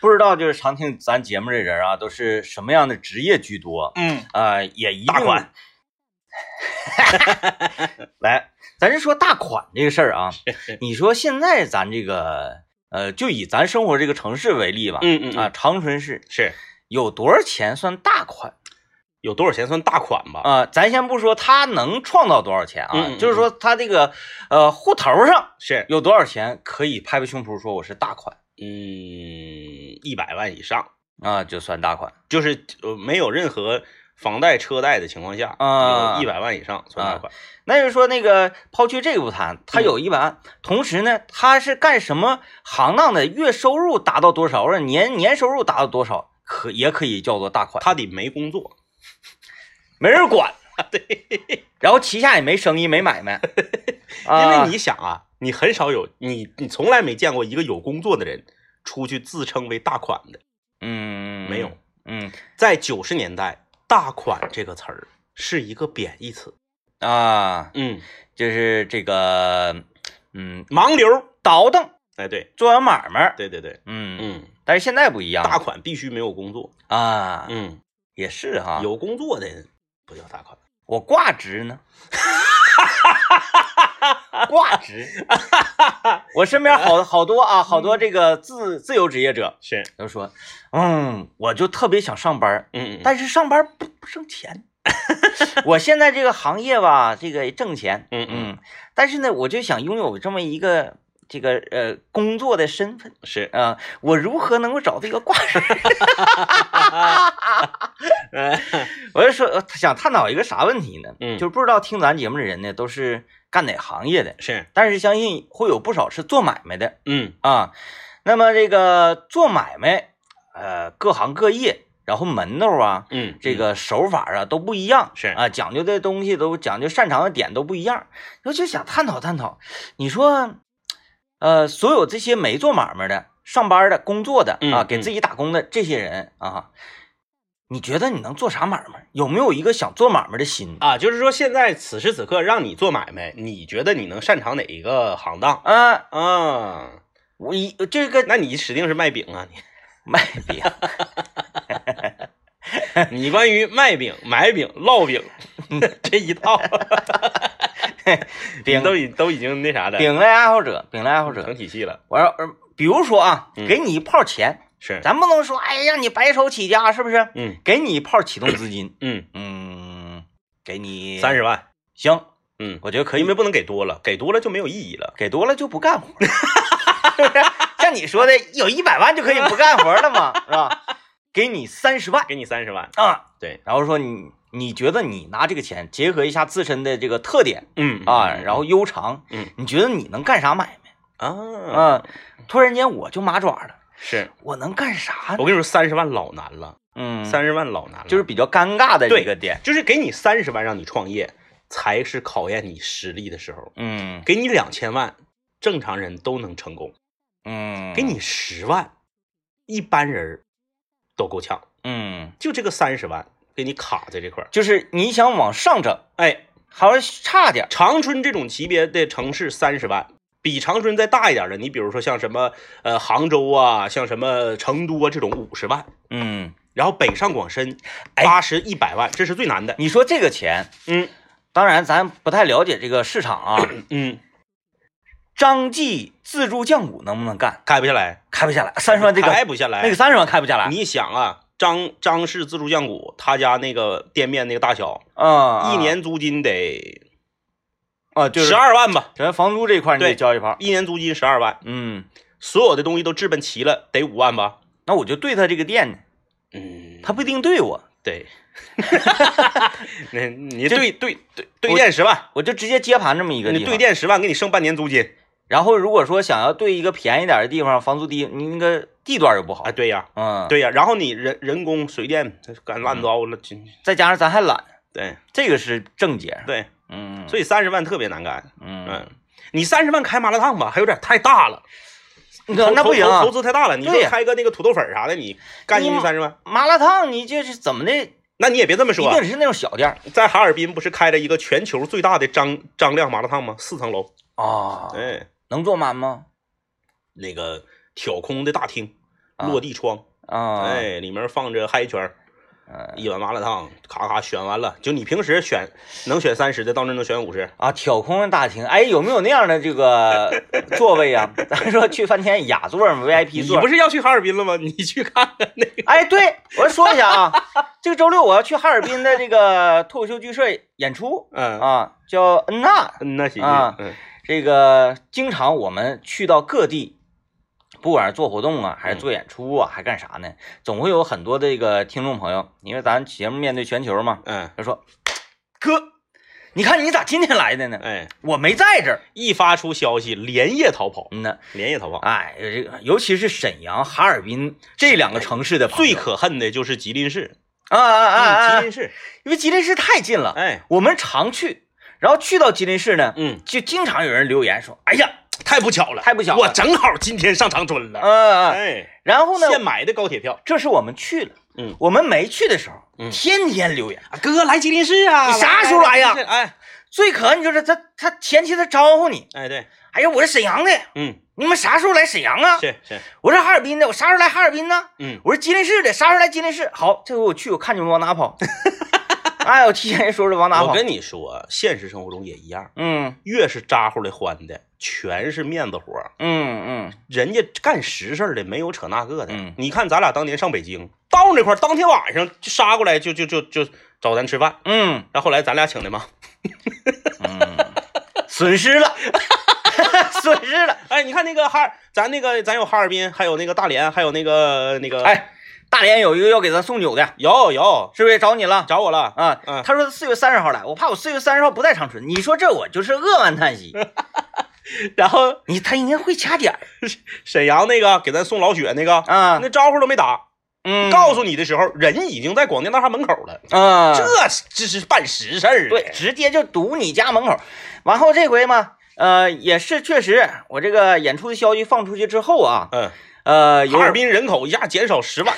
不知道就是常听咱节目这人啊，都是什么样的职业居多？嗯，啊，也一定大款。 来，咱就说大款这个事儿 啊，你说现在咱这个呃，就以咱生活这个城市为例吧，嗯嗯嗯啊，长春市是有多少钱算大款有多少钱算大款吧？啊、咱先不说他能创造多少钱啊，嗯嗯嗯就是说他这个呃户头上是，有多少钱可以拍拍胸脯说我是大款嗯，一百万以上，啊、就算大款。就是呃没有任何房贷车贷的情况下啊一百万以上算大款。那就是说那个抛去这个不谈，嗯他有一百万，同时呢，他是干什么行当的，月收入达到多少，或者年年收入达到多少，可也可以叫做大款。他得没工作，没人 管，对， 然后旗下也没生意，没买卖，因啊为你想啊，你很少有你你从来没见过一个有工作的人出去自称为大款的，嗯没有，。嗯在九十年代，“大款”这个词儿是一个贬义词，啊，嗯，就是这个，嗯，盲流，倒腾哎，对，做完买卖，对对对，嗯，嗯，但是现在不一样大款必须没有工作，啊，嗯，也是哈，有工作的人不叫大款，我挂职呢， 挂职，我身边好好多啊，好多这个自自由职业者是，都说，嗯，我就特别想上班儿，嗯，但是上班不不挣钱。 我现在这个行业吧，这个挣钱，嗯嗯，但是呢，我就想拥有这么一个这个呃工作的身份嗯是，啊、我如何能够找到一个挂职？ 我就说呃想探讨一个啥问题呢？嗯就是不知道听咱节目的人呢，都是干哪行业的，是，但是相信会有不少是做买卖的嗯，啊。那么这个做买卖，呃，各行各业，然后门道啊，嗯，这个手法啊都不一样，是啊，讲究的东西都讲究，擅长的点都不一样。我就想探讨探讨，你说，呃，所有这些没做买卖的、上班的、工作的嗯啊，嗯给自己打工的这些人啊，你觉得你能做啥买卖？有没有一个想做买卖的心？啊，就是说现在此时此刻让你做买卖，你觉得你能擅长哪一个行当啊，啊？我一这个那你指定是卖饼啊，你卖饼你关于卖饼、买饼、烙 饼这一套， 饼 都已都已经那啥的，饼类爱好者，饼类爱好者成，体系了，我要呃，比如说啊，嗯给你一炮钱，是，咱不能说哎让你白手起家，是不是？嗯给你一炮启动资金。嗯，嗯，给你三十万，行，嗯，我觉得可以因，为不能给多了，给多了就没有意义了。给多了 就不干活儿，像你说的，有一百万就可以不干活了嘛，是吧？给你三十 万给你三十万，啊，对，然后说你你觉得你拿这个钱结合一下自身的这个特点嗯啊，然后悠长，嗯，你觉得你能干啥买卖 啊，啊？突然间我就麻爪了，是我能干啥呢？我跟你说，三十万老难了，嗯，三十万老难了，哦就是比较尴尬的对一个点，就是给你三十万让你创业，才是考验你实力的时候，嗯给你两千万，正常人都能成功，嗯，给你十万，一般人儿都够呛，嗯，就这个三十万给你卡在这块儿，就是你想往上整，哎，还是差点儿，长春这种级别的城市，三十万，比长春再大一点的，你比如说像什么呃杭州啊，像什么成都啊这种五十万，嗯。然后北上广深哎八十一百万，这是最难的。你说这个钱，嗯当然咱不太了解这个市场 啊。嗯，张继自助酱骨能不能干？开不下来，开不下来，三十万这个开不下来。那个三十万开不下来。你想啊，张张氏自助酱骨他家那个店面那个大小，啊，一年租金得啊，就是十，二万吧，咱房租这一块儿你得对交一盘。一年租金十二万，嗯，所有的东西都置办齐了，得五万吧。那我就对他这个店呢，嗯，他不一定对我， 对， 那你这对对对对我垫十万，我就直接接盘这么一个地你方。对。垫十万，给你剩半年租金然后如果说想要对一个便宜点的地方，房租低，你那个地段又不好啊？。对呀，嗯，，对呀。然后你人人工、水电干乱糟了，就再加上咱还懒，对这个是症结。对，嗯，所以三十万特别难干。嗯，嗯，你三十万开麻辣烫吧，还有点太大了，那那投不行啊投投资太大了。你对说呀开个那个土豆粉儿啥的，你干进你去三十万，麻辣烫你这是怎么的？一那你也别这么说。啊定是那种小店儿。在哈尔滨不是开了一个全球最大的张张亮麻辣烫吗？四层楼，啊，哎，能做满吗？那个挑空的大厅，啊落地窗，啊，，嗯哎，里面放着嗨圈，一碗麻辣烫，咔咔选完了。就你平时选能选三十的，到那能选五十。啊，挑空大厅，哎，有没有那样的这 个座位啊？咱说去饭店雅座嘛哎你，VIP 座不。是要去哈尔滨了吗？你去看看那个。哎，对，我说一下啊，这个周六我要去哈尔滨的这个脱口秀剧社演出 嗯，啊，叫恩娜。嗯，那喜剧。啊嗯这个经常我们去到各地，不管是做活动啊，还嗯是做演出啊，还干啥呢，总会有很多的这个听众朋友，因为咱节目面对全球嘛，嗯，他说：“哥，你看你咋今天来的呢？哎，我没在这儿。一发出消息，连夜逃跑”，嗯呐，连夜逃跑。哎，这个尤其是沈阳、哈尔滨这两个城市的朋友最可恨的就是吉林市，啊啊啊啊嗯，吉啊！林市，因为吉林市太近了，哎，我们常去，然后去到吉林市呢，嗯，就经常有人留言说：“哎呀，太不巧了，太不巧了我正好今天上长春嗯、了。啊啊哎，然后呢，现买的高铁票，这是我们去了，嗯我们没去的时候，嗯天天留言。啊哥来吉林市啊，你啥时候来呀吉林市哎，最可恨就是他，他前期他招呼你，哎对，哎呀，我是沈阳的，嗯，你们啥时候来沈阳啊？是是，我是哈尔滨的，我啥时候来哈尔滨呢？嗯，我是吉林市的，啥时候来吉林市？好，这回我去，我看你们往哪 跑。哎，我提前也说了往哪跑我。跟你说，现实生活中也一样，嗯越是咋呼的欢的，全是面子活儿。嗯嗯，人家干实事儿的，没有扯那个的。嗯你看咱俩当年上北京，到那块儿当天晚上就杀过来，就就就就找咱吃饭。嗯然后后来咱俩请的嘛。嗯，损失 了，损失了。哎，你看那个哈尔，咱那个咱有哈尔滨，还有那个大连，还有那个那个，，哎，大连有一个要给咱送酒的，有哦有是不是也找你了？找我了。啊，嗯他说四月三十号来，我怕我四月三十号不在长春。你说这我就是扼腕叹 息。然后你他应该会掐点儿沈阳那个给咱送老雪那个，啊，那招呼都没打。嗯，告诉你的时候，人已经在广电大厦门口了。啊，这这是办实事儿。啊对，，直接就堵你家门口。完后这回嘛，呃，也是确实，我这个演出的消息放出去之后啊，嗯，呃，有哈尔滨人口一下减少 十万，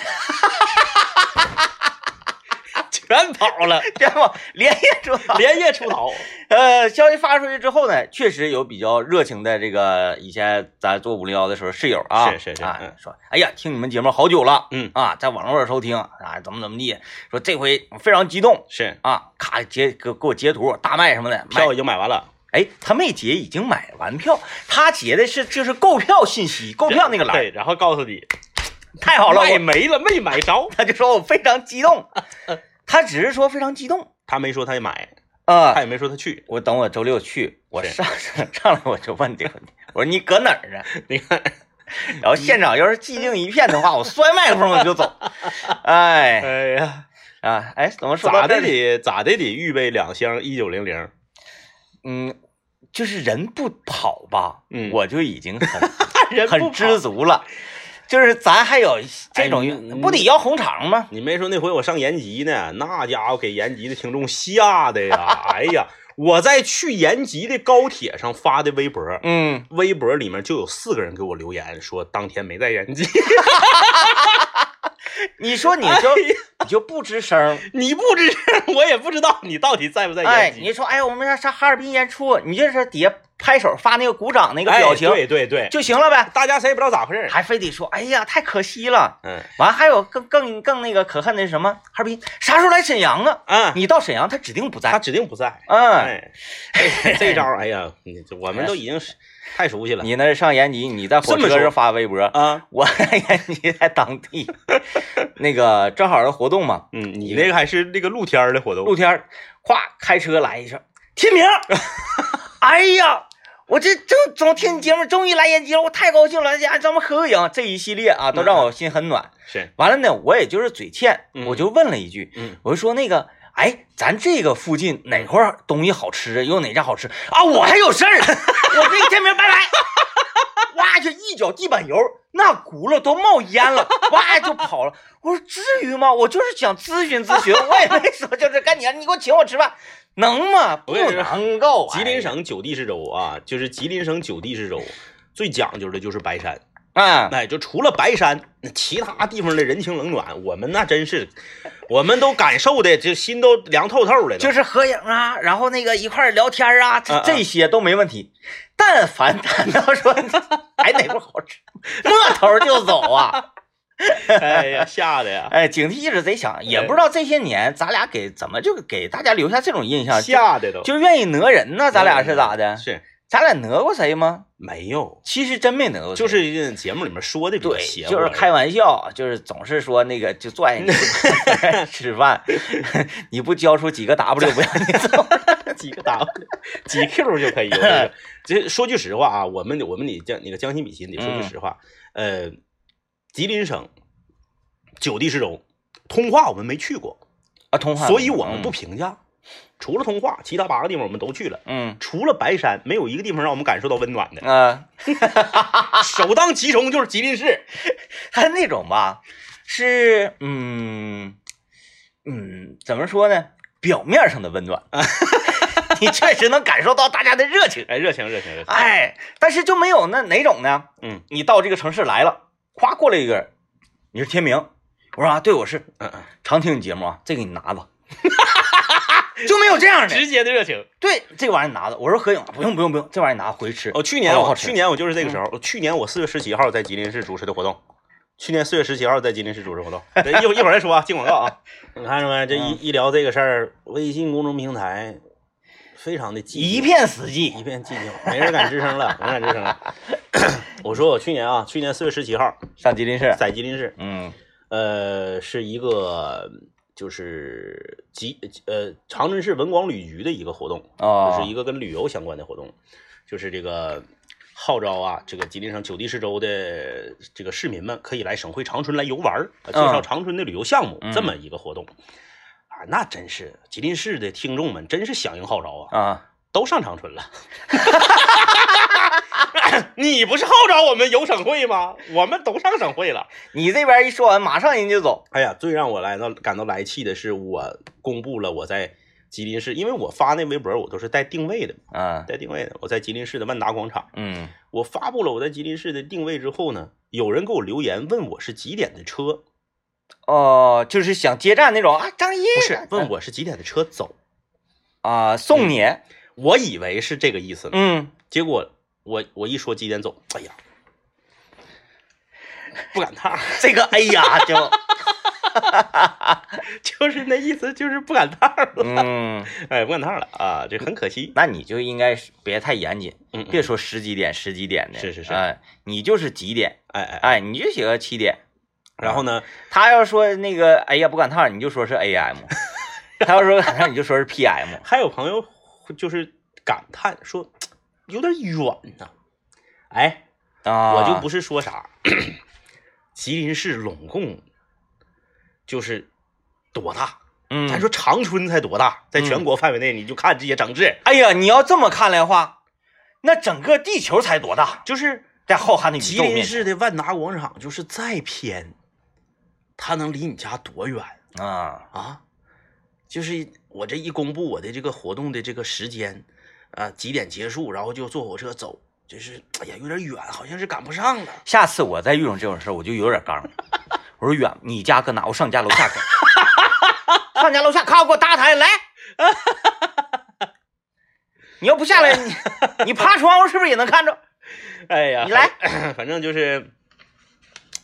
全跑 了，对吧？连夜说，连夜出 逃。呃，消息发出去之后呢，确实有比较热情的这个以前咱做五零幺的时候室友啊，是是是啊嗯，说，哎呀，听你们节目好久了，嗯啊，在网络上收听啊，怎么怎么地，说这回非常激动是，啊，咔截给给我截图大麦什么的，买票已经买完了，哎，他没截，已经买完票，他截的是就是购票信息，购哦票那个栏儿，对，然后告诉你，太好了，卖我没了，没买着。他就说我非常激 动，他只是说非常激动他没说他买，啊、他也没说他去。我等我周六去，我是上 上来我就问这个问题，我说你搁哪儿呢？啊 你看，然后现场要是寂静一片的话，我摔麦克风我就走。哎哎呀，啊哎，怎么说咋到的这里？得咋的得预备两箱一九 零零。嗯，就是人不跑吧，嗯我就已经很人不很知知，足了。就是咱还有这种哎你不得要红肠吗？你没说那回我上延吉呢，那家伙给延吉的听众吓 的呀！哎呀，我在去延吉的高铁上发的微博，嗯，微博里面就有四个人给我留言说当天没在延吉， 你说哎你就、你就不吱声儿，你不知 道，我也不知道你到底在不在哎，延吉。你说哎，我们要上哈尔滨演出，你就是底下拍手发那个鼓掌那个表情、哎对对对，就行了呗，大家谁也不知道咋回事儿。还非得说哎呀太可惜了。嗯完还有更更更那个可恨的是什么？哈尔滨啥时候来沈阳啊？啊，你到沈阳他指定不他在，指定不在。嗯， 哎，这这招儿，哎呀，你这我们都已经是太熟悉了。你那上延吉，你在火这么车说上发微博，啊，我 在延吉在当地， 那个正好是活动嘛，嗯，你那个还是那个露天儿的活动露，天儿，咵开车来一声，天明儿， 哎呀，我这正总听你节目，终于来延吉了，我太高兴了，哎呀，咱们合个影，这一系列啊，都让我心很暖。是，完了呢，我也就是嘴欠，嗯我就问了一句，嗯我就说那个。哎，咱这个附近哪块儿东西好吃啊？有哪家好吃啊？我还有事儿，我跟天明拜拜。哇，就一脚地板油，那轱辘都冒烟了，哇就跑了。我说至于吗？我就是想咨询咨询，我也没说就是干你啊，你给我请我吃饭，能吗？不我跟你说能够啊。吉林省九地市州啊，就是吉林省九地市州。最讲究的就是白山，啊，哎，就除了白山，那其他地方的人情冷暖，我们那真是，我们都感受的，就心都凉透透的了。就是合影啊，然后那个一块儿聊天啊，这嗯嗯这些都没问题。 但凡谈到说，哎哪块好吃，摸头就走啊。哎呀，吓得呀，哎，警惕意识贼强，也不知道这些年咱俩给怎么就给大家留下这种印象，就吓得都，啊就是愿意讹人呢？咱俩是咋的？是咱俩讹过谁吗？没有，其实真没讹过谁，就是节目里面说的比较对，邪乎，就是开玩笑，就是总是说那个就拽你 吃饭， 你不交出几个 W 不让你 走。几个 W 几 Q 就可以有这 个。这说句实话啊，我们我们得将那个将心比心，得说句实话。呃，吉林省九地十州，通化我们没去过，啊，通话，所以我们不嗯评价。除了通化，其他八个地方我们都去了。嗯除了白山，没有一个地方让我们感受到温暖的。啊，首当其冲就是吉林市。 他那种吧是嗯嗯怎么说呢？表面上的温暖，啊 你确实能感受到大家的热情。哎，热情，热情，热情。哎，但是就没有那哪种呢？嗯你到这个城市来了，夸过来一个人，你是天明，我说啊，对，我是，嗯嗯，常听你节目啊，这个你拿 吧。就没有这样的，直接的热情。对，这玩意儿拿着。我说合影，不用不用不用，这玩意儿拿回去吃。哦，嗯去年好我好吃去年我就是这个时候，去年我四月十七号在吉林市主持的活动，去年四月十七号在吉林市主持活动，对一会儿一会儿再说啊，进广告啊。 嗯你看着没？这一一聊这个事儿，微信公众平台非常的寂静，一片死寂一片寂静，没人敢吱声了，没人敢吱声 了。我说我去年啊，去年四月十七号上吉林市。在吉林市，嗯呃，是一个就是吉呃长春市文广旅局的一个活动，哦，就是一个跟旅游相关的活动，就是这个号召啊，这个吉林省九地市州的这个市民们可以来省会长春来游玩儿，呃介绍长春的旅游项目、嗯这么一个活动。啊，那真是吉林市的听众们真是响应号召啊，啊，都上长春了。 你不是号召我们游省会吗？我们都上省会了。你这边一说完，马上人就走。哎呀，最让我来到感到来气的是，我公布了我在吉林市，因为我发那微博我都是带定位的，啊，带定位的。我在吉林市的万达广场，嗯我发布了我在吉林市的定位之后呢，有人给我留言问我是几点的车，哦，就是想接站那种啊，张一不是问我是几点的车走，啊，送你。我以为是这个意思呢，嗯，结果我我一说几点走，哎呀，不赶趟儿， 这个哎呀，就就是那意思，就是不赶趟儿了，嗯，哎，不赶趟儿了啊，这很可惜，那你就应该是别太严谨，嗯，嗯别说十几点十几点的，是是是哎，你就是几点，哎哎，哎，你就写个七点。然后呢，他要说那个哎呀不赶趟儿，你就说是 AM；他 要说赶趟儿，你就说是 PM。还有朋友就是感叹说有点远呐、哎，啊， 我就不是说啥， 吉林市拢共就是多大？嗯，咱说长春才多大？在全国范围内，你就看这些城市，哎呀，你要这么看来的话，那整个地球才多大，就是在浩瀚的宇吉宙林面市的万达广场，就是再偏，它能离你家多远前啊，啊？就是我这一公布我的这个活动的这个时间，啊，几点结束，然后就坐火车走，就是哎呀，有点远，好像是赶不上了。下次我再遇上这种事儿，我就有点刚了。我说远，你家搁哪？我上你家楼下去。上你家楼下，咔，给我搭台来。你要不下来，你你爬窗户是不是也能看着？ 哎呀，你来反，反正 就是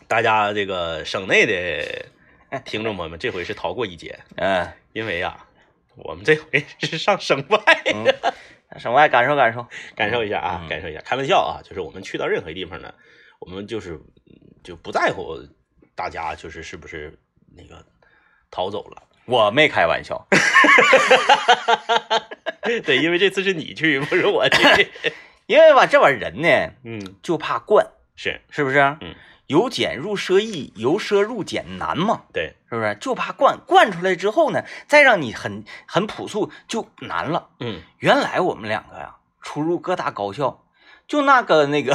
大家这个省内 的听众朋友们，这回是逃过一劫，嗯因为呀，我们这回 是上省外，嗯，省外感受感受。感受一下啊，嗯感受一下，开玩笑啊，就是我们去到任何地方呢，我们就是嗯就不在乎大家就是是不是那个逃走了， 我没开玩笑，对，因为这次是你去，不是 我去，因为吧，这玩意儿人呢嗯，就怕惯，是是不是？嗯，由俭入奢易，由奢入俭难嘛，对，是不是？就怕惯惯出来之后呢，再让你很很朴素就难了。嗯，原来我们两个呀，出入各大高校，就那个那个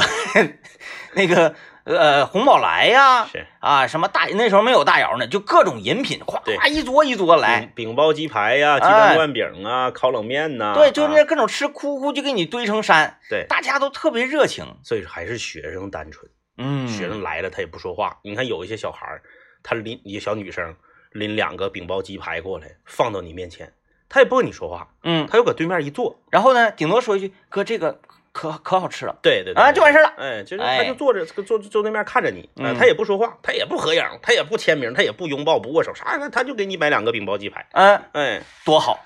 那个呃红宝来呀、是啊什么大那时候没有大窑呢，就各种饮品，哗对嗯哗一桌一桌来。哎饼饼包鸡排呀、鸡蛋灌饼啊，烤冷面呐、对，就啊那各种吃，哭哭就给你堆成山，对，大家都特别热情。所以说还是学生单纯，嗯，学生来了他也不说话。你看有一些小孩儿，他拎一个小女生拎两个饼包鸡排过来放到你面前，他也不跟你说话，嗯，他就搁对面一坐，然后呢，顶多说一句：“哥，这个可可好吃了。对对对啊就完事儿了哎，就是哎他就坐着坐坐对面看着你，啊嗯他也不说话，他也不合影，他也不签名，他也不拥抱，不握手，啥的，他就给你买两个饼包鸡排。嗯，哎，多好。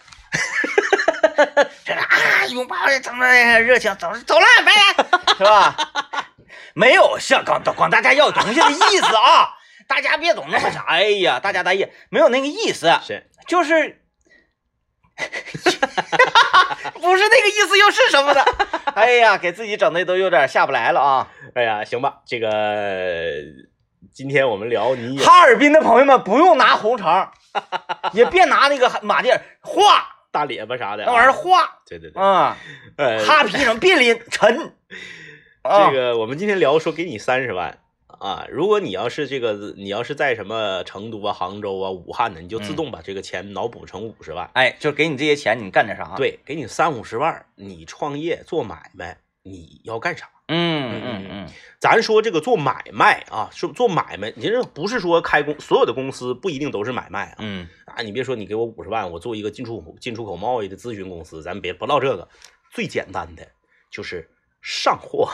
这啊，拥抱咱们热情，走走了，拜拜，是吧？没有向管管大家要东西的意思啊， 大家别总那啥，哎呀，大家大意，没有那个意思，是就是， 不是那个意思又是什么呢？哎呀，给自己整的都有点下不来了啊！哎呀，行吧，这个今天我们聊你也哈尔滨的朋友们不用拿红肠，也别拿那个马甸画大咧巴啥的、那玩意儿， 画对对对，啊。哎，哈皮什么别拎 沉，啊这个我们今天聊说给你三十万啊，如果你要是这个你要是在什么成都啊、杭州啊、武汉的，你就自动把这个钱脑补成五十万。哎，就给你这些钱，你干点啥？，对，给你三五十万，你创业做买卖，你要干啥？嗯嗯嗯，咱说这个做买卖啊，说做买卖，你这不是说开公所有的公司不一定都是买卖啊嗯，啊！你别说你给我五十万，我做一个进出口进出口贸易的咨询公司，咱别不唠这个。最简单的就是上货、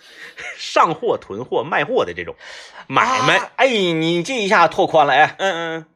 上货、囤货、卖货的这种买卖。啊哎，你这一下拓宽了，哎，嗯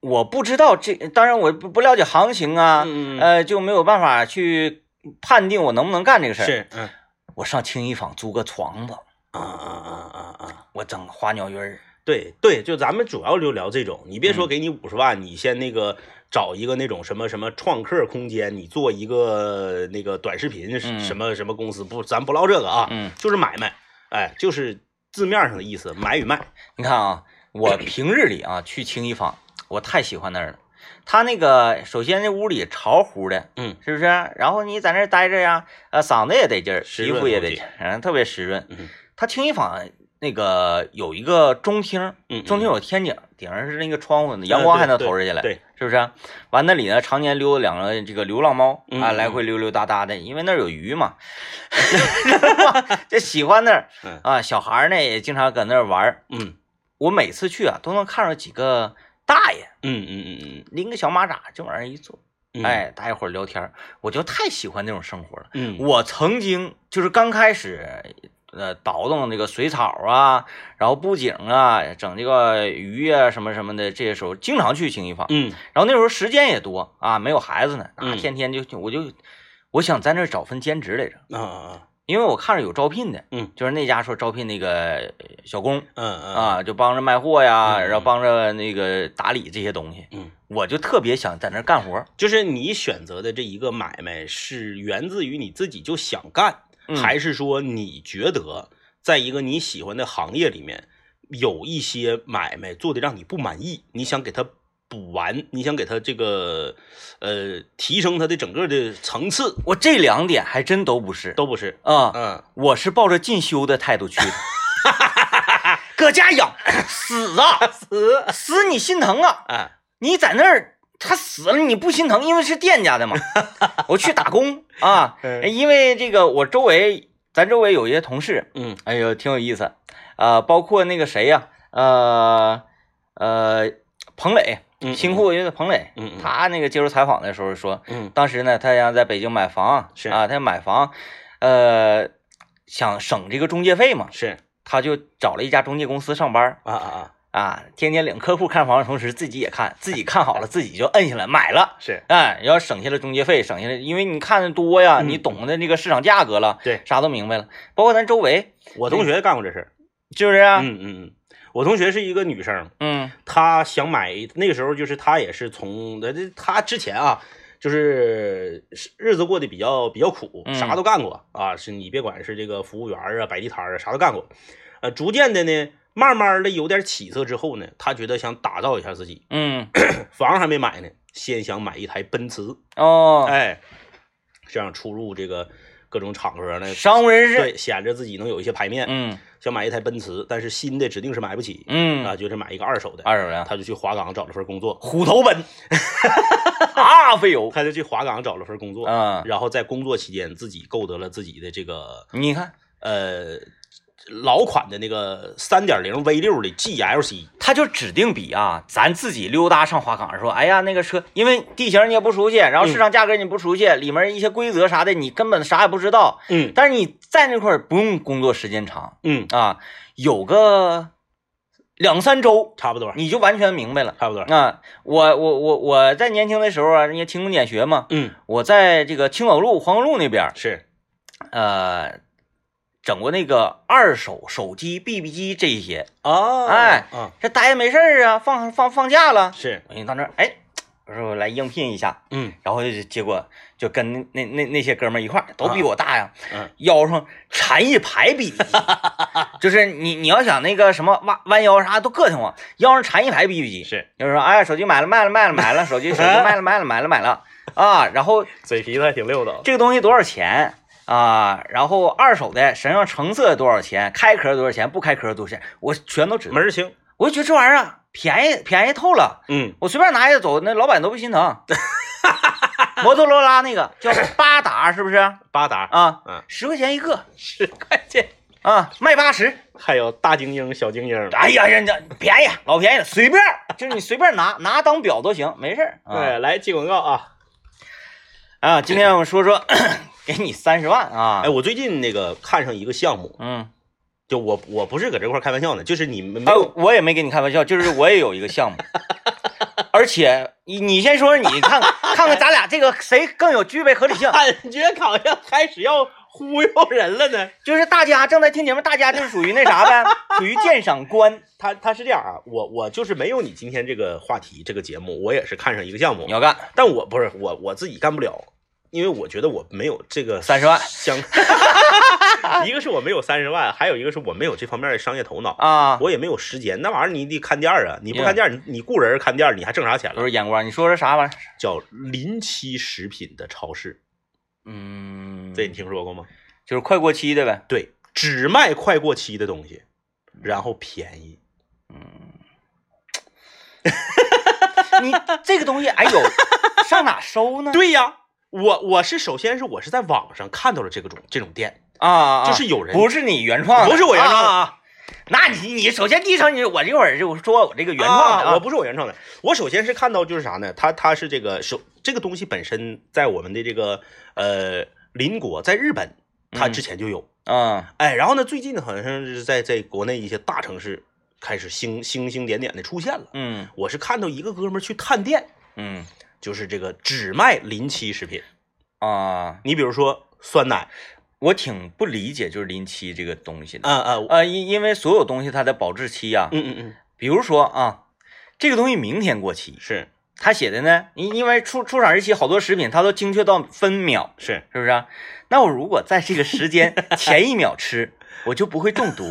我不知道这，当然我不不了解行情啊，嗯嗯嗯，呃，就没有办法去判定我能不能干这个事儿。是嗯我上青衣坊租个床吧，啊啊啊啊啊！我整花鸟鱼儿，对对，就咱们主要就聊这种，你嗯别说给你五十万，你先那个找一个那种什么什么创客空间，你做一个那个短视频嗯什么什么公司，不，咱不唠这个啊，嗯，就是买卖，哎，就是字面上的意思，买与卖，你看啊，我平日里啊去青衣坊，我太喜欢那儿了。他那个首先那屋里潮乎的，嗯，是不是？然后你在那儿待着呀，呃，嗓子也得劲儿，湿皮润肤也空得气劲儿，嗯，特别湿润。嗯他青衣坊那个有一个中厅，嗯，中嗯厅有天井，顶上是那个窗户，阳光还能投射进来，对，是不是？完那里呢，常年溜达两个这个流浪猫嗯啊，嗯来回溜溜达达的，因为那儿有鱼 嘛，就喜欢那儿嗯啊。小孩儿呢也经常搁那儿玩儿，嗯我每次去啊，都能看着几个大爷嗯嗯嗯拎个小马扎就往那儿一坐，嗯，，哎，大家伙儿聊天儿，我就太喜欢这种生活了。嗯，我曾经就是刚开始，呃，倒腾这个水草啊，然后布景啊，整这个鱼啊什么什么的，这些时候经常去青衣坊。嗯然后那时候时间也多啊，没有孩子呢，啊，嗯天天就我就我想在那儿找份兼职来着，啊啊因为我看着有招聘的，嗯，就是那家说招聘那个呃小工，嗯嗯，啊，就帮着卖货呀，嗯然后帮着那个打理这些东西。嗯，我就特别想在那儿干活儿，就是你选择的这一个买卖是源自于你自己就想干，嗯还是说你觉得在一个你喜欢的行业里面有一些买卖做的让你不满意，你想给它补完，你想给它这个呃提升它的整个的层次，我这两点还真都不是都不是。啊，嗯，我是抱着进修的态度去的，搁家养死啊，死， 死你心疼啊！哎，你在那儿他死了你不心疼，因为是店家的 嘛。我去打工啊，嗯因为这个我周围咱周围有一些同事，嗯哎呦，挺有意思。呃，包括那个谁呀、呃呃，彭磊，嗯新裤乐的彭磊，嗯嗯他那个接受采访的时候说，嗯当时呢，他想在北京买房，是啊，他买房，呃，想省这个中介费嘛， 是他就找了一家中介公司上班啊啊啊啊，天天领客户看房的同时，自己也看，自己看好了，自己就摁下来买了。是，哎，要省下了中介费，省下来，因为你看的多呀，嗯你懂的这个市场价格了，对啥都明白了。包括咱周围，我同学干过这事儿。是不是啊？嗯嗯嗯，我同学是一个女生，嗯他想买，那个时候就是他也是从呃这他之前啊，就是日子过得比较比较苦，嗯啥都干过啊，是你别管是这个服务员啊、摆地摊儿啊，啥都干过。呃，逐渐的呢，慢慢的有点起色之后呢，他觉得想打造一下自己，嗯，房还没买呢，先想买一台奔驰，哦，哎，这样出入这个各种场合呢，商务人士，哎对，显着自己能有一些牌面。嗯想买一台奔驰，但是新的指定是买不起，啊，嗯，就是买一个二手的。二手人，他就去华港找了份工作，虎头本，阿飞油，他就去华港找了份工作，嗯，然后在工作期间自己购得了自己的这个你看，呃老款的那个三点零 V 六的 GLC，他就指定比啊，咱自己溜达上花岗说，哎呀，那个车，因为地形你也不熟悉，然嗯后市场价格你不熟悉，里面一些规则啥的你根本啥也不知道。嗯但是你在那块儿不用工作时间长嗯，啊，有个两三周，差不多，你就完全明白了。差不多，啊，我我我我在年轻的时候啊，人家勤工俭学嘛，嗯，我在这个青岛路、黄河路那边儿，是，呃，整过那个二手手机、BB 机这些。啊，哎啊，这待着没事儿啊，放放放假了，是，我寻思到那儿，哎，我说我来应聘一下，嗯然后就结果就跟那那那那些哥们儿一块儿，都比我大呀，嗯，腰上缠一排笔， 就是你你要想那个什么弯弯腰啥都膈应我，腰上缠一排 BB 机，是，就是说哎手机买了卖了卖了买了，手机手机卖了卖了买了买了啊，然后嘴皮子还挺 溜的，哦这个东西多少钱啊？然后二手的身上成色多少钱？开壳多少钱？不开壳多少钱？我全都知道门，儿清，我就觉得这玩意儿啊便宜便宜透了。嗯，我随便拿一个走，那老板都不心疼。摩托罗拉那个叫八达，是不是八达，啊？嗯，十块钱一个十块钱，啊，卖八十。还有大精英、小精英，哎呀，人家便宜，老便宜了，随便，就是你随便拿，拿当表都行，没事儿。啊对，来接广告啊！啊，今天我们说 说，给你三十万啊哎，，我最近那个看上一个项目，嗯，就我我不是搁这块儿开玩笑呢，就是你们没哎有，，我也没跟你开玩笑，就是我也有一个 项目，而且你你先说说你，看 看看看咱俩这个谁更有具备合理性。感觉好像开始要忽悠人了呢。就是大家正在听节目，大家就是属于那啥呗，属于鉴赏官。他他是这样啊，我我就是没有你今天这个话题这个节目，我也是看上一个项目你，要干但我不是我我自己干不了，因为我觉得我没有这个三十万相， 一个是我没有三十万，还有一个是我没有这方面的商业头脑，啊，我也没有时间，那玩意儿你得看店儿啊，你不看店儿，你你雇人看店儿，你还挣啥钱不了？是眼光，你说说啥玩意儿？叫临期食品的超市，嗯，这你，听说过吗？就是快过期的呗。对，只卖快过期的东西，然后便宜。你这个东西，哎呦，上哪收呢？对呀，我我是首先是我是在网上看到了这个种这种店， 啊啊，啊就是有人不是你原创的，不是我原创的啊。啊啊那你你首先第一层，你我这会儿就说我这个原创的啊啊我不是我原创的。我首先是看到就是啥呢？它它是这个首这个东西本身在我们的这个呃邻国，在日本它之前就有，嗯哎，然后呢，最近好像是在在国内一些大城市开始星星星点点的出现了。嗯我是看到一个哥们儿去探店，嗯就是这个只卖临期食品，啊，你比如说酸奶，我挺不理解就是临期这个东西的啊啊，啊，因因为所有东西它的保质期呀，嗯嗯嗯，比如说啊，这个东西明天过期，是他写的呢，因因为出出厂日期好多食品它都精确到分秒，是，是不是啊、那我如果在这个时间前一秒吃，我就不会中毒；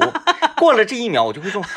过了这一秒，我就会中毒。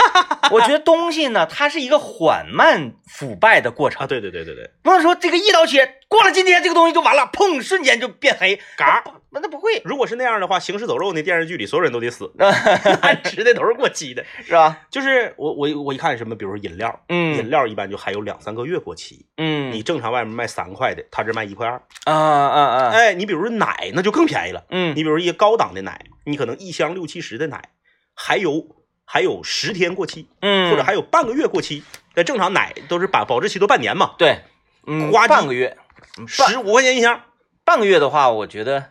我觉得东西呢，它是一个缓慢腐败的过啊，程，对对对对对，不能说这个一刀切，过了今天这个东西就完了，砰，瞬间就变黑，嘎那不那那不会，如果是那样的话，《行尸走肉》那电视剧里所有人都得死 是那吃的都是过期的。吧？就是我我我一看什么，比如说饮料，饮嗯料一般就还有两三个月过期，你嗯正常外面卖三块的，他这卖一块二。啊啊啊，哎，你比如说奶，那就更便宜了。嗯你比如一些高档的奶，你可能一箱六七十的奶，还有还有十天过期，嗯，或者还有半个月过期。那正常奶都是把保质期都半年嘛，对，嗯，呱唧半个月，嗯半十五块钱一箱。半个月的话，我觉得，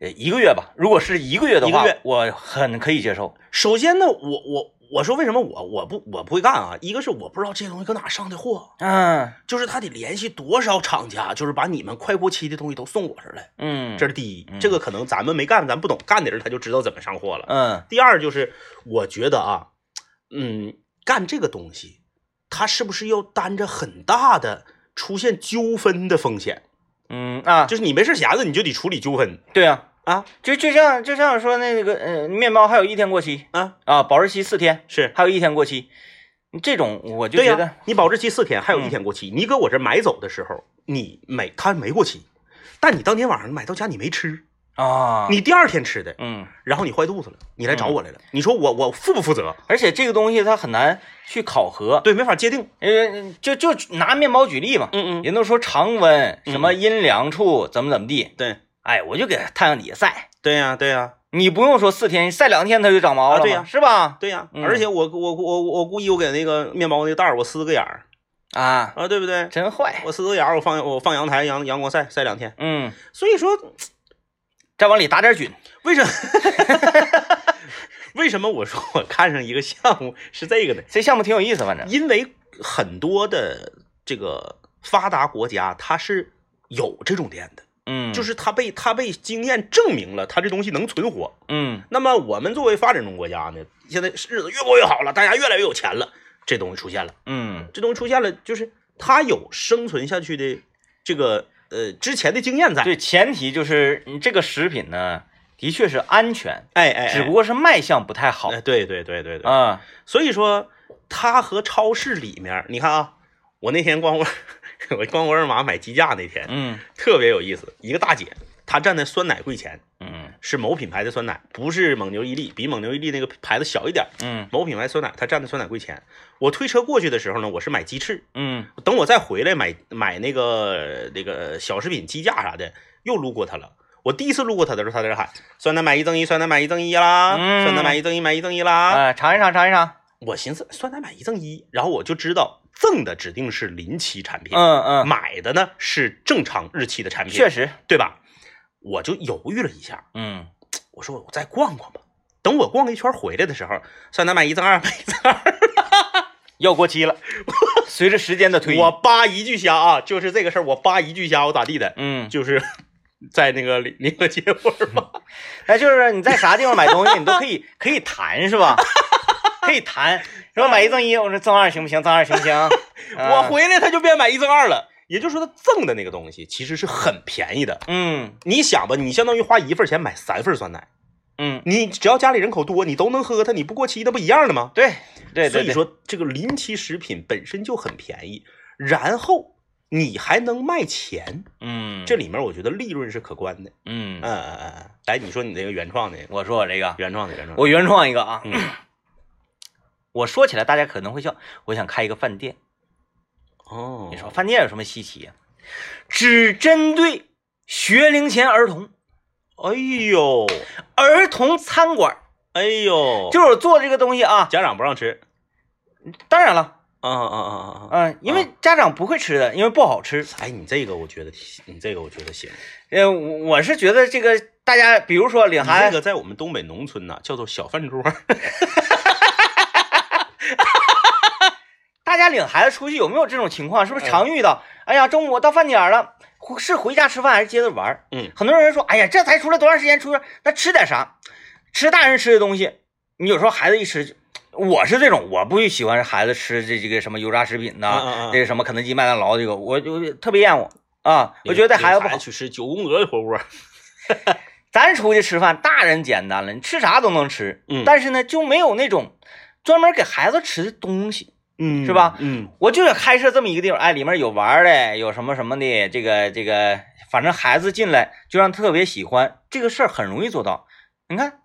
呃，一个月吧。如果是一个月的话，一个月我很可以接受。首先呢，我我我说为什么我我不我不会干啊？一个是我不知道这些东西搁哪上的货，嗯就是他得联系多少厂家，就是把你们快过期的东西都送我这儿来，嗯，这是第一嗯。这个可能咱们没干，咱不懂，干的人他就知道怎么上货了。嗯第二就是我觉得啊，嗯，干这个东西，他是不是要担着很大的出现纠纷的风险？嗯啊，就是你没事闲着，你就得处理纠纷对啊，啊就就像就像说那个呃，面包还有一天过期啊！啊，保质期四天，是还有一天过期，这种我就对觉呀、得，你保质期四天，还有嗯一天过期。你搁我这买走的时候，你没他没过期，但你当天晚上买到家你没吃，啊，你第二天吃的，嗯，然后你坏肚子了，你来找我来了，你说我我负不负责？而且这个东西它很难去考核，对，没法界定。因为就就拿面包举例嘛，嗯，人都说常温什么阴凉处怎么怎么地，对哎，我就给太阳底下晒，对呀、对呀、你不用说四天，晒两天它就长毛了啊，嘛，对呀、是吧？对呀、嗯而且我我我我故意我给那个面包那袋儿我撕个眼儿啊，啊，对不对？真坏。我撕个眼儿，我放我放阳台阳阳光晒晒两天。嗯，所以说，再往里打点菌，为什么 为什么我说我看上一个项目是这个呢？这项目挺有意思，反正因为很多的这个发达国家，它是有这种店的，嗯，就是它被它被经验证明了，它这东西能存活。嗯那么我们作为发展中国家呢，现在日子越过越好了，大家越来越有钱了，这东西出现了，嗯这东西出现了，就是它有生存下去的这个呃之前的经验在。，对，前提就是你这个食品呢，的确是安全，哎哎，哎只不过是卖相不太好哎，对对对对对，啊。所以说它和超市里面，你看啊，我那天逛沃尔， 我逛沃尔玛买鸡架那天，嗯特别有意思，一个大姐，她站在酸奶柜前，嗯是某品牌的酸奶，不是蒙牛伊利，比蒙牛伊利那个牌子小一点儿。嗯某品牌酸奶，她站在酸奶柜前。我推车过去的时候呢，我是买鸡翅，嗯等我再回来买买那个那个小食品鸡架啥的，又路过她了。我第一次路过她的时候，她在这喊“酸奶买一赠一，酸奶买一赠一啦，嗯酸奶买一赠一，买一赠一啦”啊，尝一尝，尝一尝。我寻思酸奶买一赠一，然后我就知道赠的指定是临期产品，嗯嗯，买的呢是正常日期的产品，确实，对吧？我就犹豫了一下，嗯我说我再逛逛吧。等我逛了一圈回来的时候，酸奶买一赠二，买一赠二。要过期 了，随着时间的推移，我扒一句虾啊，就是这个事儿，我扒一句虾，我咋地的，嗯，就是 在那个临临河街沃尔玛。那哎就是你在啥地方买东西，你都可以可以谈是吧？可以谈，说买一赠一，我说赠二行不行？赠二行不行？ 我啊，回来他就变买一赠二了，也就是说他赠的那个东西其实是很便宜的。嗯你想吧，你相当于花一份钱买三份酸奶。嗯，你只要家里人口多，你都能喝它，你不过期那不一样的吗？对对对所以对，说这个临期食品本身就很便宜，然后你还能卖钱，嗯，这里面我觉得利润是可观的。嗯嗯，嗯嗯嗯，来，你说你那个原创的，我说我这个，原创的原创的，我原创一个啊，嗯 我说起来大家可能会笑，我想开一个饭店。哦，你说饭店有什么稀奇呀、只针对学龄前儿童，哎呦，儿童餐馆，哎呦，就是我做这个东西啊。家长不让吃，当然了，啊啊啊啊啊！嗯、因为家长不会吃的，因为不好吃。哎，你这个我觉得，你这个我觉得行，呃，我我是觉得这个大家，比如说领你这孩子，个在我们东北农村呐，叫做小饭桌。大家领孩子出去有没有这种情况？是嗯不是常遇到？哎呀，中午到饭点儿了，回是回家吃饭还是接着玩儿？嗯很多人说，哎呀，这才出来多长时间出来，那吃点啥？吃大人吃的东西，你有时候孩子一吃就，我是这种，我不喜欢孩子吃这这个什么油炸食品呐、嗯嗯嗯这个什么肯德基、麦当劳这个，我就特别厌恶啊，我觉得孩子不好。去吃九宫格的火锅。咱出去吃饭，大人简单了，你吃啥都能吃，嗯但是呢，就没有那种专门给孩子吃的东西。嗯是吧嗯，我就想开设这么一个地方，哎，里面有玩儿的，有什么什么的，这个这个，反正孩子进来就让他特别喜欢，这个事儿很容易做到。你看，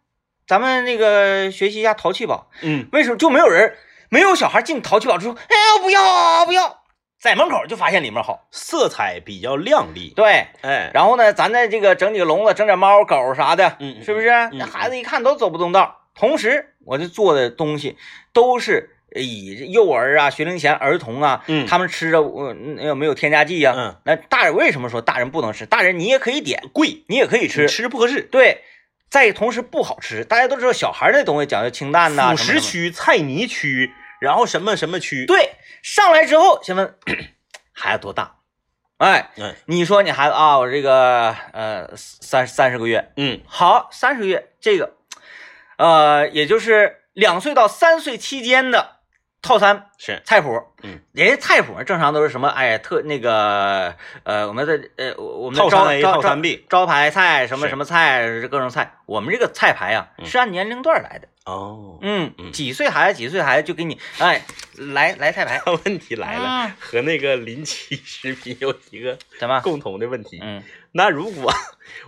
咱们那个学习一下淘气堡，嗯，为什么就没有人，没有小孩进淘气堡之后，哎呀，不要啊不要，在门口就发现里面好，色彩比较亮丽。对，哎，然后呢，咱再这个整几个笼子，整点猫狗啥的，嗯嗯是不是？那孩子一看都走不动道儿。同时，我这做的东西都是以幼儿啊、学龄前儿童啊，嗯他们吃着我有没有添加剂呀、嗯那大人为什么说大人不能吃？大人你也可以点，贵，你也可以吃，吃不合适。对。再同时不好吃，大家都知道小孩儿那东西讲究清淡呐、什么辅食什么区、菜泥区，然后什么什么区？，对，上来之后先问 孩子多大，哎，嗯你说你孩子啊，我这个呃三三十个月，嗯好，三十月这个，呃，也就是两岁到三岁期间的套餐是，菜谱。嗯，人家菜谱正常都是什么？哎，特那个呃，我们的呃，我我们的套招餐 A 招套餐招 B 招牌菜什么是什么菜，各种菜。我们这个菜牌啊，嗯是按年龄段来的。哦。嗯，嗯。几岁孩子几岁孩子就给你哎来来菜牌问题来了，嗯和那个临期食品有一个怎么？共同的问题。啊嗯，那如果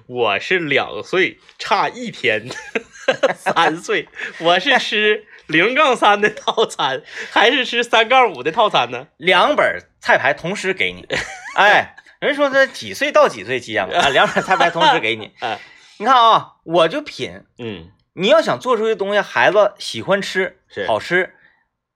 我是两岁差一天， 三岁，我是吃零杠三的套餐，还是吃三杠五的套餐呢？两本菜牌同时 啊给你。哎，人说他几岁到几岁期间嘛？啊，两本菜牌同时给你。 啊，你看啊，我就品，嗯你要想做出的东西，孩子喜欢吃，是好吃，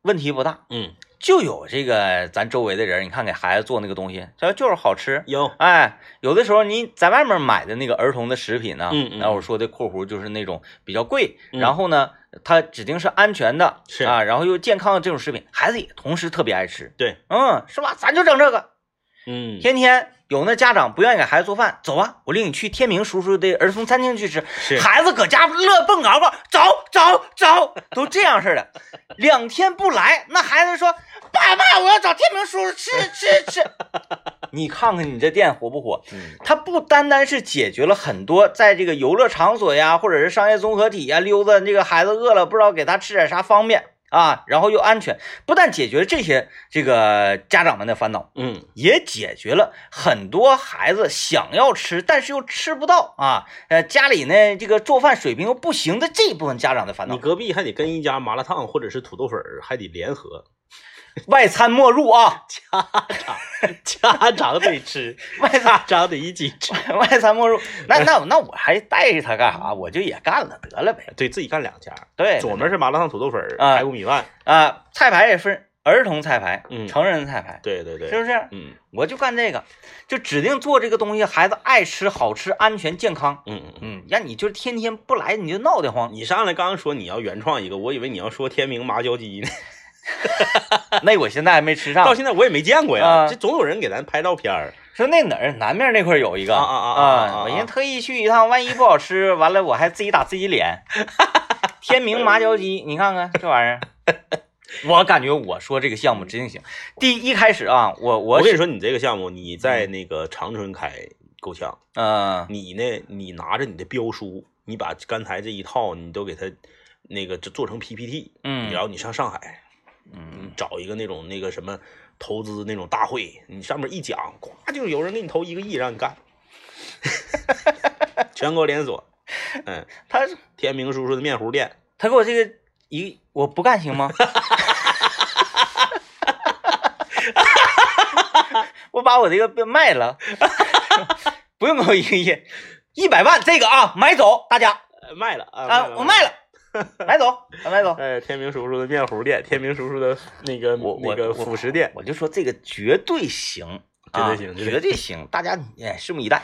问题不大。嗯，就有这个咱周围的人，你看给孩子做那个东西，这就是好吃。有，哎，有的时候你在外面买的那个儿童的食品呢，嗯嗯那我说的括弧就是那种比较贵，嗯然后呢，它指定是安全的，是啊，然后又健康的这种食品，孩子也同时特别爱吃，对，嗯，是吧？咱就整这个，嗯，天天有那家长不愿意给孩子做饭，走啊，我领你去天明叔叔的儿童餐厅去吃，是孩子搁家乐蹦高高，走走走，都这样式的，两天不来，那孩子说：“爸爸，我要找天明叔叔吃吃吃。” 你看看你这店火不火？嗯它不单单是解决了很多在这个游乐场所呀，或者是商业综合体呀溜达，这个孩子饿了不知道给他吃点啥方便啊，然后又安全，不但解决了这些这个家长们的烦恼，嗯，也解决了很多孩子想要吃但是又吃不到啊，呃，家里呢这个做饭水平又不行的这一部分家长的烦你恼。隔壁还得跟一家麻辣烫或者是土豆粉儿还得联合，外餐莫入啊， 家长得吃， 外餐家长得一起吃，外餐莫入。那那那我还带着他干啥？我就也干了得了呗。哎对自己干两家，对，左面是麻辣烫土豆粉儿，啊排骨米饭，啊，菜牌也分儿童菜牌、嗯成人菜牌，对对对，是不是？嗯我就干这个，就指定做这个东西，孩子爱吃、好吃、安全、健康。嗯嗯嗯。嗯，让你就是天天不来你就闹得慌，你上来刚刚说你要原创一个，我以为你要说天明麻椒鸡呢，那我现在还没吃 到上。现在我也没见过呀。啊这总有人给咱拍照片儿，说那哪儿南面那块儿有一个啊啊啊啊啊啊我寻思特意去一趟，万一不好吃，完了我还自己打自己脸。 天明麻椒鸡，你看看这玩意儿，我感觉我说这个项目真行。第一开始啊，我我我跟你说，你这个项目你在那个长春开够呛，嗯你呢，你拿着你的标书，你把刚才这一套你都给它那个就做成 PPT，嗯然后你上上海，嗯你找一个那种那个什么投资那种大会，你上面一讲，咵就有人给你投一个亿让 你干，全国连锁，嗯，他天明叔叔的面糊店，他给我这个一，我不干行吗？ 我把我这个被卖了，不用给我一个亿，一百万这个啊，买走大家呃卖了啊啊，我卖。了，买走，啊买走。哎，天明叔叔的面糊店，天明叔叔的那个我我那个我辅食店，我就说这个绝对行，啊绝对行绝对绝对行，大家哎拭目以待。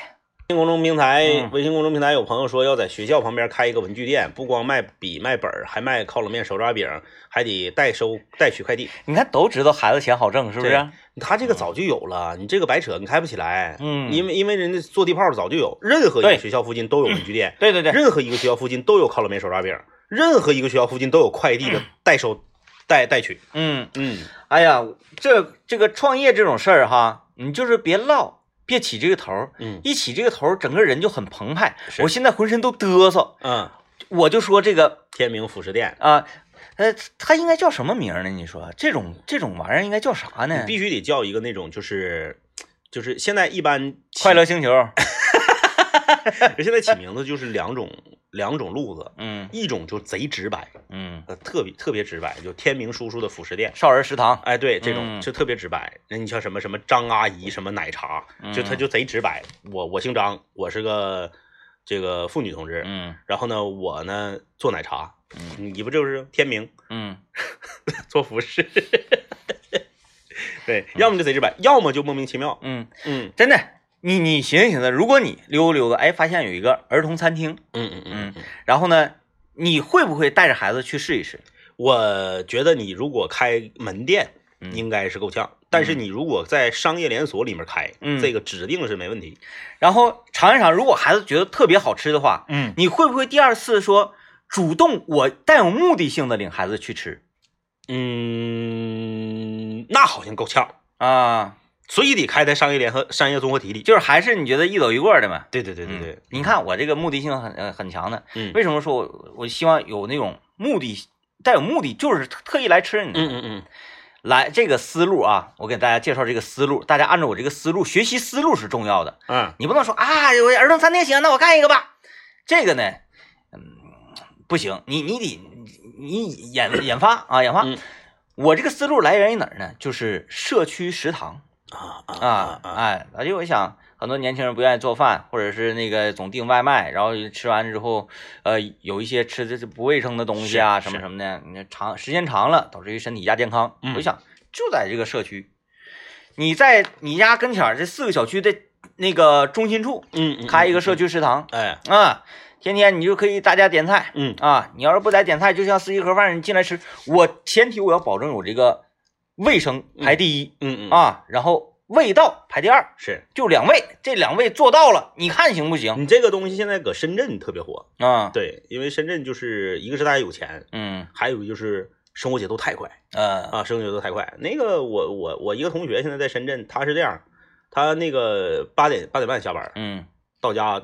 微信公众平台，嗯微信公众平台有朋友说要在学校旁边开一个文具店，不光卖笔卖本儿，还卖烤冷面、手抓饼，还得代收代取快递。你看都知道孩子钱好挣，是不是？他这个早就有了，你这个白扯，你开不起来。嗯因为因为人家坐地炮早就有，任何一个对嗯学校附近都有文具店，对对对，任何一个学校附近都有烤冷面、手抓饼，任何一个学校附近都有快递的代收、代代取。嗯，嗯，哎呀，这这个创业这种事儿哈，你就是别唠，别起这个头儿，嗯一起这个头儿，整个人就很澎湃。是我现在浑身都嘚瑟，嗯，我就说这个天明辅食店，啊，呃，它应该叫什么名儿呢？你说这种这种玩意儿应该叫啥呢你？必须得叫一个那种就是就是现在一般起快乐星球。现在起名字就是两种两种路子，嗯一种就贼直白，嗯，呃，特别特别直白，就天明叔叔的辅食店。少儿食堂。哎，对，这种嗯就特别直白。那、你像什么什么张阿姨，什么奶茶，就他嗯就贼直白。我我姓张，我是个这个妇女同志，嗯然后呢，我呢做奶茶，嗯你不就是天明嗯，做服饰？ 对，要么就贼直白，要么就莫名其妙。嗯，嗯真的，你你寻思寻思，如果你溜达溜达，哎，发现有一个儿童餐厅，嗯嗯嗯嗯。然后呢，你会不会带着孩子去试一试？我觉得你如果开门店，嗯应该是够呛。但是你如果在商业连锁里面开，嗯这个指定是没问题。然后尝一尝，如果孩子觉得特别好吃的话，嗯，你会不会第二次说主动我带有目的性的领孩子去吃嗯，那好像够呛，啊？所以得开在商业联合、商业综合体里。就是还是你觉得一走一过的嘛？对对对对嗯对，你看我这个目的性很呃很强的，嗯为什么说我我希望有那种目的带有目的，就是特特意来吃你的？嗯嗯嗯，来这个思路啊，我给大家介绍这个思路，大家按照我这个思路学习思路是重要的，嗯你不能说啊，我儿童餐厅行，那我干一个吧，这个呢，嗯，不行，你你得你你研研发啊研发嗯，我这个思路来源于哪儿呢？就是社区食堂啊啊啊，啊！哎，而且我想很多年轻人不愿意做饭，或者是那个总订外卖，然后吃完之后，呃，有一些吃的是不卫生的东西啊，是什么是什么的，你看长时间长了，导致于身体亚健康。嗯我就想就在这个社区，你在你家跟前儿这四个小区的那个中心处嗯嗯开一个社，区食堂哎，啊，天天你就可以大家点菜嗯啊，你要是不来点菜，就像司机盒饭，你进来吃，我前提我要保证我这个卫生排第一。嗯嗯，啊，然后味道排第二，是就两位，这两位做到了，你看行不行？你这个东西现在搁深圳特别火，啊，嗯对，因为深圳就是一个是大家有钱，嗯还有就是生活节奏太快呃啊，生活节奏太快。那个我我我一个同学现在在深圳，他是这样，他那个八点八点半下班，嗯到家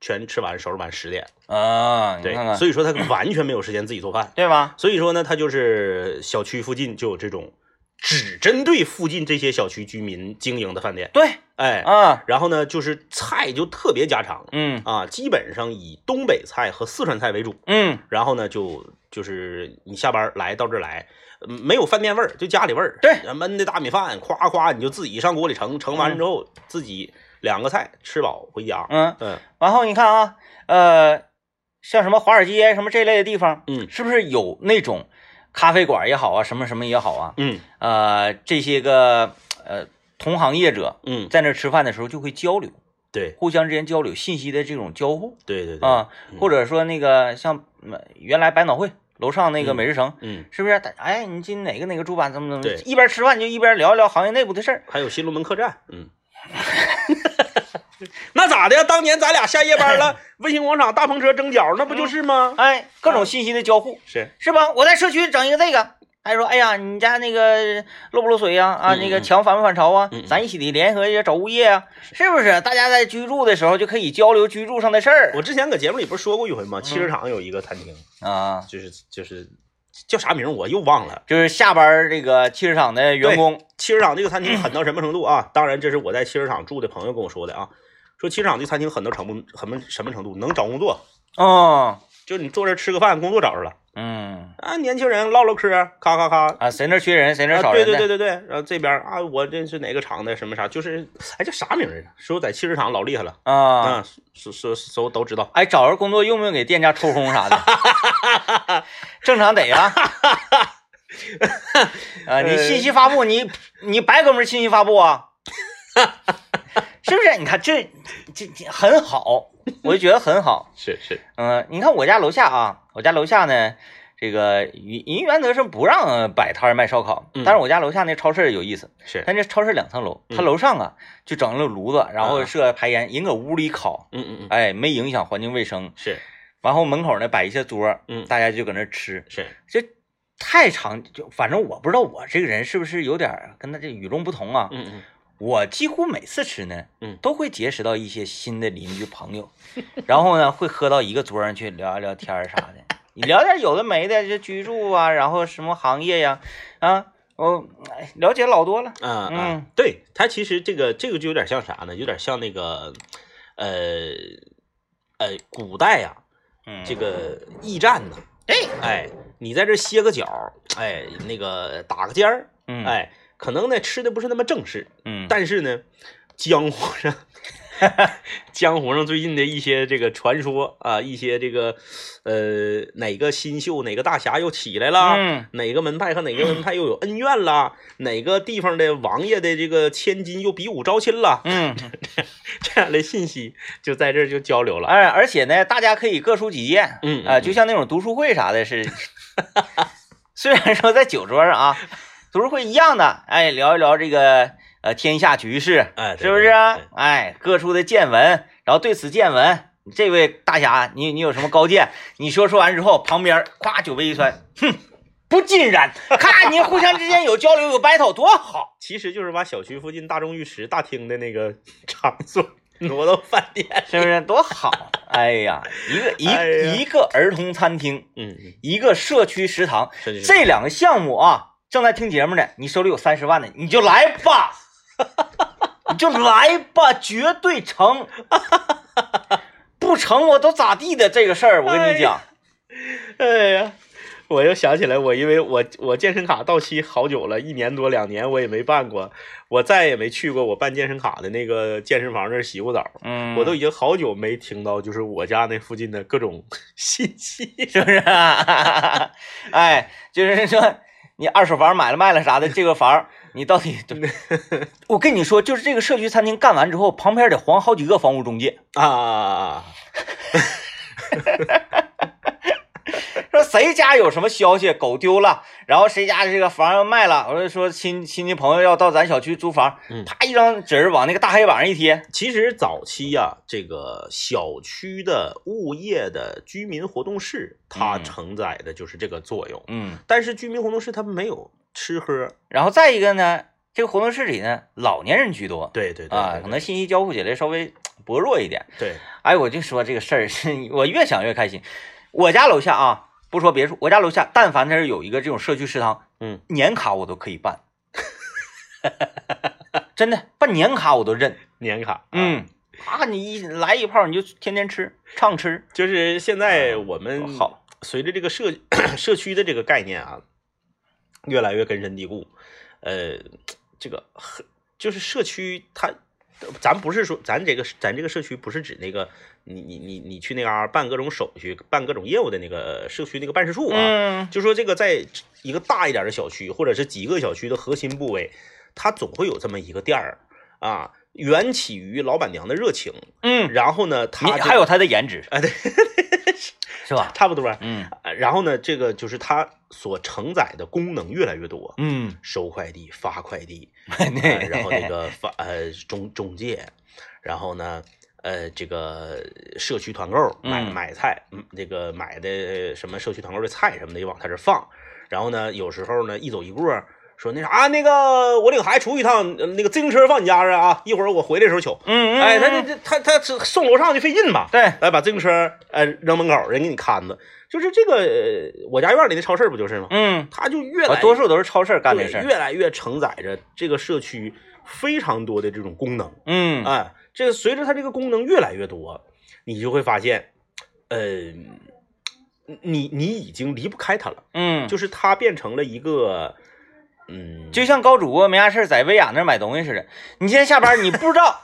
全吃完收拾完十点，啊，你对看，看，所以说他完全没有时间自己做饭。对吧？所以说呢，他就是小区附近就有这种只针对附近这些小区居民经营的饭店，对哎，啊，然后呢就是菜就特别家常嗯啊，基本上以东北菜和四川菜为主。嗯，然后呢，就就是你下班来到这儿来，呃没有饭店味儿，就家里味儿。对，焖的大米饭，夸夸你就自己上锅里盛，盛完之后、自己两个菜吃饱回家。嗯，嗯然后你看啊，呃，像什么华尔街什么这类的地方，嗯是不是有那种咖啡馆也好啊，什么什么也好啊，嗯呃，这些个呃同行业者嗯，在那儿吃饭的时候就会交流，对互相之间交流信息的这种交互，对对对，啊，嗯或者说那个像嗯原来百脑汇楼上那个嗯每日城，嗯，是不是？哎，你进哪个哪个主板怎么怎么？对一边吃饭就一边聊一聊行业内部的事儿。还有新龙门客栈，嗯。 那咋的呀？当年咱俩下夜班了，卫星广场大篷车蒸饺，那不就是吗？哎，各嗯种信息的交互，是，是吧？我在社区整一个这个。还说，哎呀，你家那个漏不漏水呀、啊？嗯那个嗯墙反不反潮啊？嗯嗯咱一起联合一下找物业啊，是不是？大家在居住的时候就可以交流居住上的事儿我之前搁节目里不是说过一回吗？汽车厂有一个餐厅，啊。就是就是叫啥名儿我又忘了。就是下班儿这个汽车厂的员工，汽车厂这个餐厅狠到什么程度啊？当然，这是我在汽车厂住的朋友跟我说的啊，说汽车厂这餐厅狠到程度，什么什么程度？能找工作，嗯就是你坐这儿吃个饭，工作找着了嗯啊。年轻人唠唠嗑，咔咔咔。啊，谁那儿缺人谁那儿啊，少对人对呢对对对，然后这边啊，我这是哪个厂的什么啥，就是哎叫啥名儿来着？说在汽车厂老厉害了啊，啊，说说说都知道。哎，找着工作用不用给店家抽空啥的？正常得 呀。啊，呃你信息发布，你你白哥们儿信息发布 啊，是不是？你看这这这很好，我就觉得很好。是是，嗯、你看我家楼下啊，我家楼下呢，这个人人原则上不让呃摆摊儿卖烧烤，嗯但是我家楼下那超市有意思，是它那超市两层楼，它嗯楼上啊就整了炉子，然后啊设排烟，人搁屋里烤，嗯嗯嗯，哎，没影响环境卫生。是然后门口呢摆一些桌，嗯大家就搁那吃，是，这太长，就反正我不知道我这个人是不是有点儿跟他这与众不同啊。嗯嗯我几乎每次吃呢，嗯都会结识到一些新的邻居朋友， 然后呢会喝到一个桌上去聊一聊天儿啥 的，你聊点有的没的，就居住啊，然后什么行业呀、啊，我、哎了解老多了。啊啊嗯，对它其实这个这个就有点像啥呢？有点像那个，呃呃，古代呀、嗯，这个驿站呢，哎哎，你在这歇个脚，哎，那个打个尖儿，嗯哎，可能呢吃的不是那么正式，嗯，但是呢，江湖上 江湖上最近的一些这个传说啊，一些这个呃哪个新秀哪个大侠又起来了，嗯哪个门派和哪个门派又有恩怨了，哪个地方的王爷的这个千金又比武招亲了， 嗯，这样的信息就在这儿就交流了。哎而而且呢，大家可以各抒己见，嗯 嗯啊、就像那种读书会啥的是， 虽然说在酒桌上啊，读书会一样的，哎，聊一聊这个呃天下局势，哎对是不是啊、对对哎，各处的见闻，然后对此见闻，这位大侠，你你有什么高见？你说说完之后，旁边咵酒杯一摔，哼，不尽然，咔，你互相之间有交流有 battle，多好，其实就是把小区附近大众浴池大厅的那个 场所挪到饭店。是不是？多好！ 哎呀，一个一、哎呀一个儿童餐厅。嗯，嗯一个社区食堂，真是这两个项目啊，正在听节目的，你手里有三十万的，你就来吧，你就来吧，绝对成。哎不成我都咋地的这个事儿，我跟你讲， 哎呀，我又想起来，我因为我我健身卡到期好久了，一年多两年我也没办过，我再也没去过我办健身卡的那个健身房那儿洗过澡。嗯，我都已经好久没听到，就是我家那附近的各种信息。 是不是、啊？ 哎，就是说你二手房买了卖了啥的，这个房你到底？ 我跟你说，就是这个社区餐厅干完之后，旁边得黄好几个房屋中介，啊，说谁家有什么消息，狗丢了，然后谁家这个房要卖了，或者说亲亲戚朋友要到咱小区租房嗯，啪一张纸儿往那个大黑板上一贴，其实早期呀、这个小区的物业的居民活动室，它嗯承载的就是这个作用。嗯，但是居民活动室它没有吃喝，然后再一个呢，这个活动室里呢，老年人居多，对对对啊，对可能信息交互起来稍微薄弱一点。对，哎，我就说这个事儿，是 我越想越开心。我家楼下啊，不说别处，我家楼下但凡那儿有一个这种社区食堂，嗯，年卡我都可以办， 真的办年卡我都认。年卡、啊，嗯，啊，你一来一炮你就天天吃，畅吃，就是现在我们嗯好，随着这个社 社区的这个概念啊，越来越根深蒂固。呃，这个很就是社区它，咱不是说咱这个咱这个社区不是指那个你你你你去那嘎、办各种手续、办各种业务的那个社区那个办事处啊，嗯，就说这个在一个大一点的小区，或者是几个小区的核心部位，它总会有这么一个店儿啊，缘起于老板娘的热情，嗯，然后呢，你它还有他的颜值，啊对， 是吧？差不多，嗯啊然后呢，这个就是它所承载的功能越来越多，嗯，收快递、发快 递，啊对，然后那个发呃中中介，然后呢。呃，这个社区团购买嗯买菜，嗯，这个买的什么社区团购的菜什么的，就往他这儿放。然后呢，有时候呢，一走一过，说那啥、啊那个我领孩子出去一趟，呃那个自行车放你家这儿啊，一会儿我回来的时候取。嗯嗯，哎，他嗯这这他他是送楼上就费劲嘛，对，哎，把自行车呃扔门口，人给你看着。就是这个，呃我家院里的超市不就是吗？嗯，它就越我来多数都是超市干这对事儿，越来越承载着这个社区非常多的这种功能。嗯哎，这个随着它这个功能越来越多，你就会发现，呃，你你已经离不开它了，嗯，就是它变成了一个，嗯，就像高主播没啥事儿在薇娅那儿买东西似的。你今天下班，你不知 道，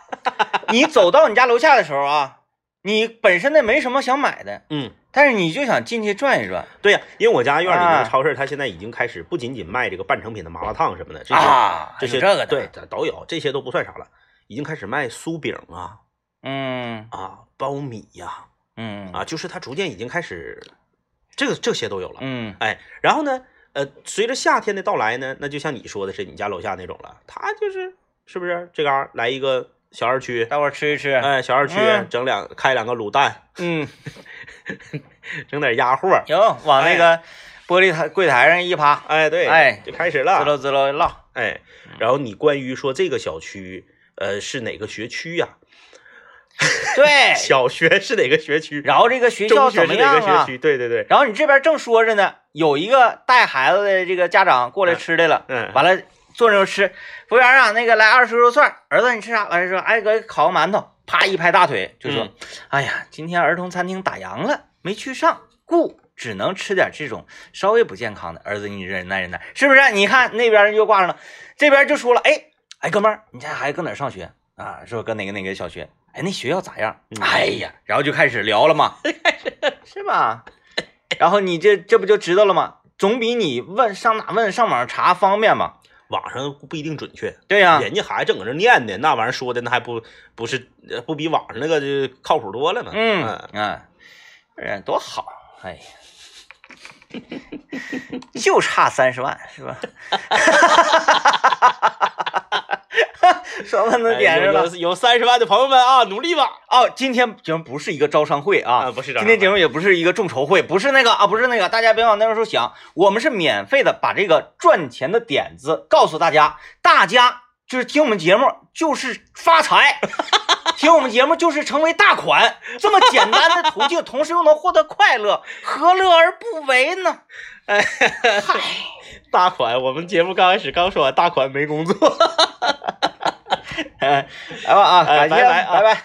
你走到你家楼下的时候啊，你本身那没什么想买的，嗯。但是你就想进去转一转对呀、因为我家院里那啊个超市，它现在已经开始不仅仅卖这个半成品的麻辣烫什么的，这些、啊，这有些这个的对，咱都有，这些都不算啥了，已经开始卖酥饼啊嗯啊苞米呀嗯啊就是它逐渐已经开始，这个这些都有了。嗯哎，然后呢，呃，随着夏天的到来呢，那就像你说的是你家楼下那种了，它就是是不是这嘎、儿来一个小二区？待会儿吃一吃，哎，小二区嗯整两、开两个卤蛋，嗯，整点鸭货，行，往那个玻璃台柜台上一趴，哎，对，哎嗯就开始滋了，溜滋溜唠， 哎，然后你关于说这个小区，呃，是哪个学区呀、对，小学是哪个学区？哎然后这个学校中怎学么是哪样个学啊？区？对对对，然后你这边正说着呢，有一个带孩子的这个家长过来吃来了，嗯，完了坐那儿吃，服务员啊，那个来二十肉串儿，儿子你吃啥？完了说，哎哥烤个馒头，啪一拍大腿就说，嗯哎呀，今天儿童餐厅打烊了，没去上，故只能吃点这种稍微不健康的。儿子你忍耐忍耐，是不是？你看那边又挂上了，这边就说了，哎哎哥们儿，你家孩子搁哪儿上学啊？说搁哪个哪个小学？哎，那学校咋样？嗯哎呀，然后就开始聊了 嘛，是吧？然后你这这不就知道了吗？总比你问上哪问上网上查方便嘛。网上不一定准确，对呀、人家还整搁这念呢，那玩意儿说的那还不不是呃不比网上那个就靠谱多了吗？嗯啊，哎，多好，哎呀，就差三十万是吧？ 双万能哎点上有了。有有三十万的朋友们啊，努力吧！哦，今天节目不是一个招商会啊，啊不是招今商会天节目也不是一个众筹会，不是那个啊，不是那个，大家别往那时候想，我们是免费的，把这个赚钱的点子告诉大家，大家就是听我们节目就是发 财，听我们节目就是成为大款，这么简单的途径，同时又能获得快乐，何乐而不为 呢？哎，嗨，大款，我们节目刚开始刚说完，大款没工作，来吧啊，感哎谢，拜拜啊拜拜